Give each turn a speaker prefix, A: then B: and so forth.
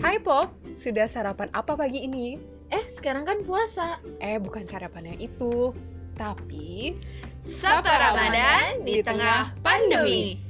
A: Hai Pop, sudah sarapan apa pagi ini?
B: Eh, sekarang kan puasa.
A: Eh, bukan sarapan yang itu, tapi
B: Sapa Ramadan di tengah pandemi.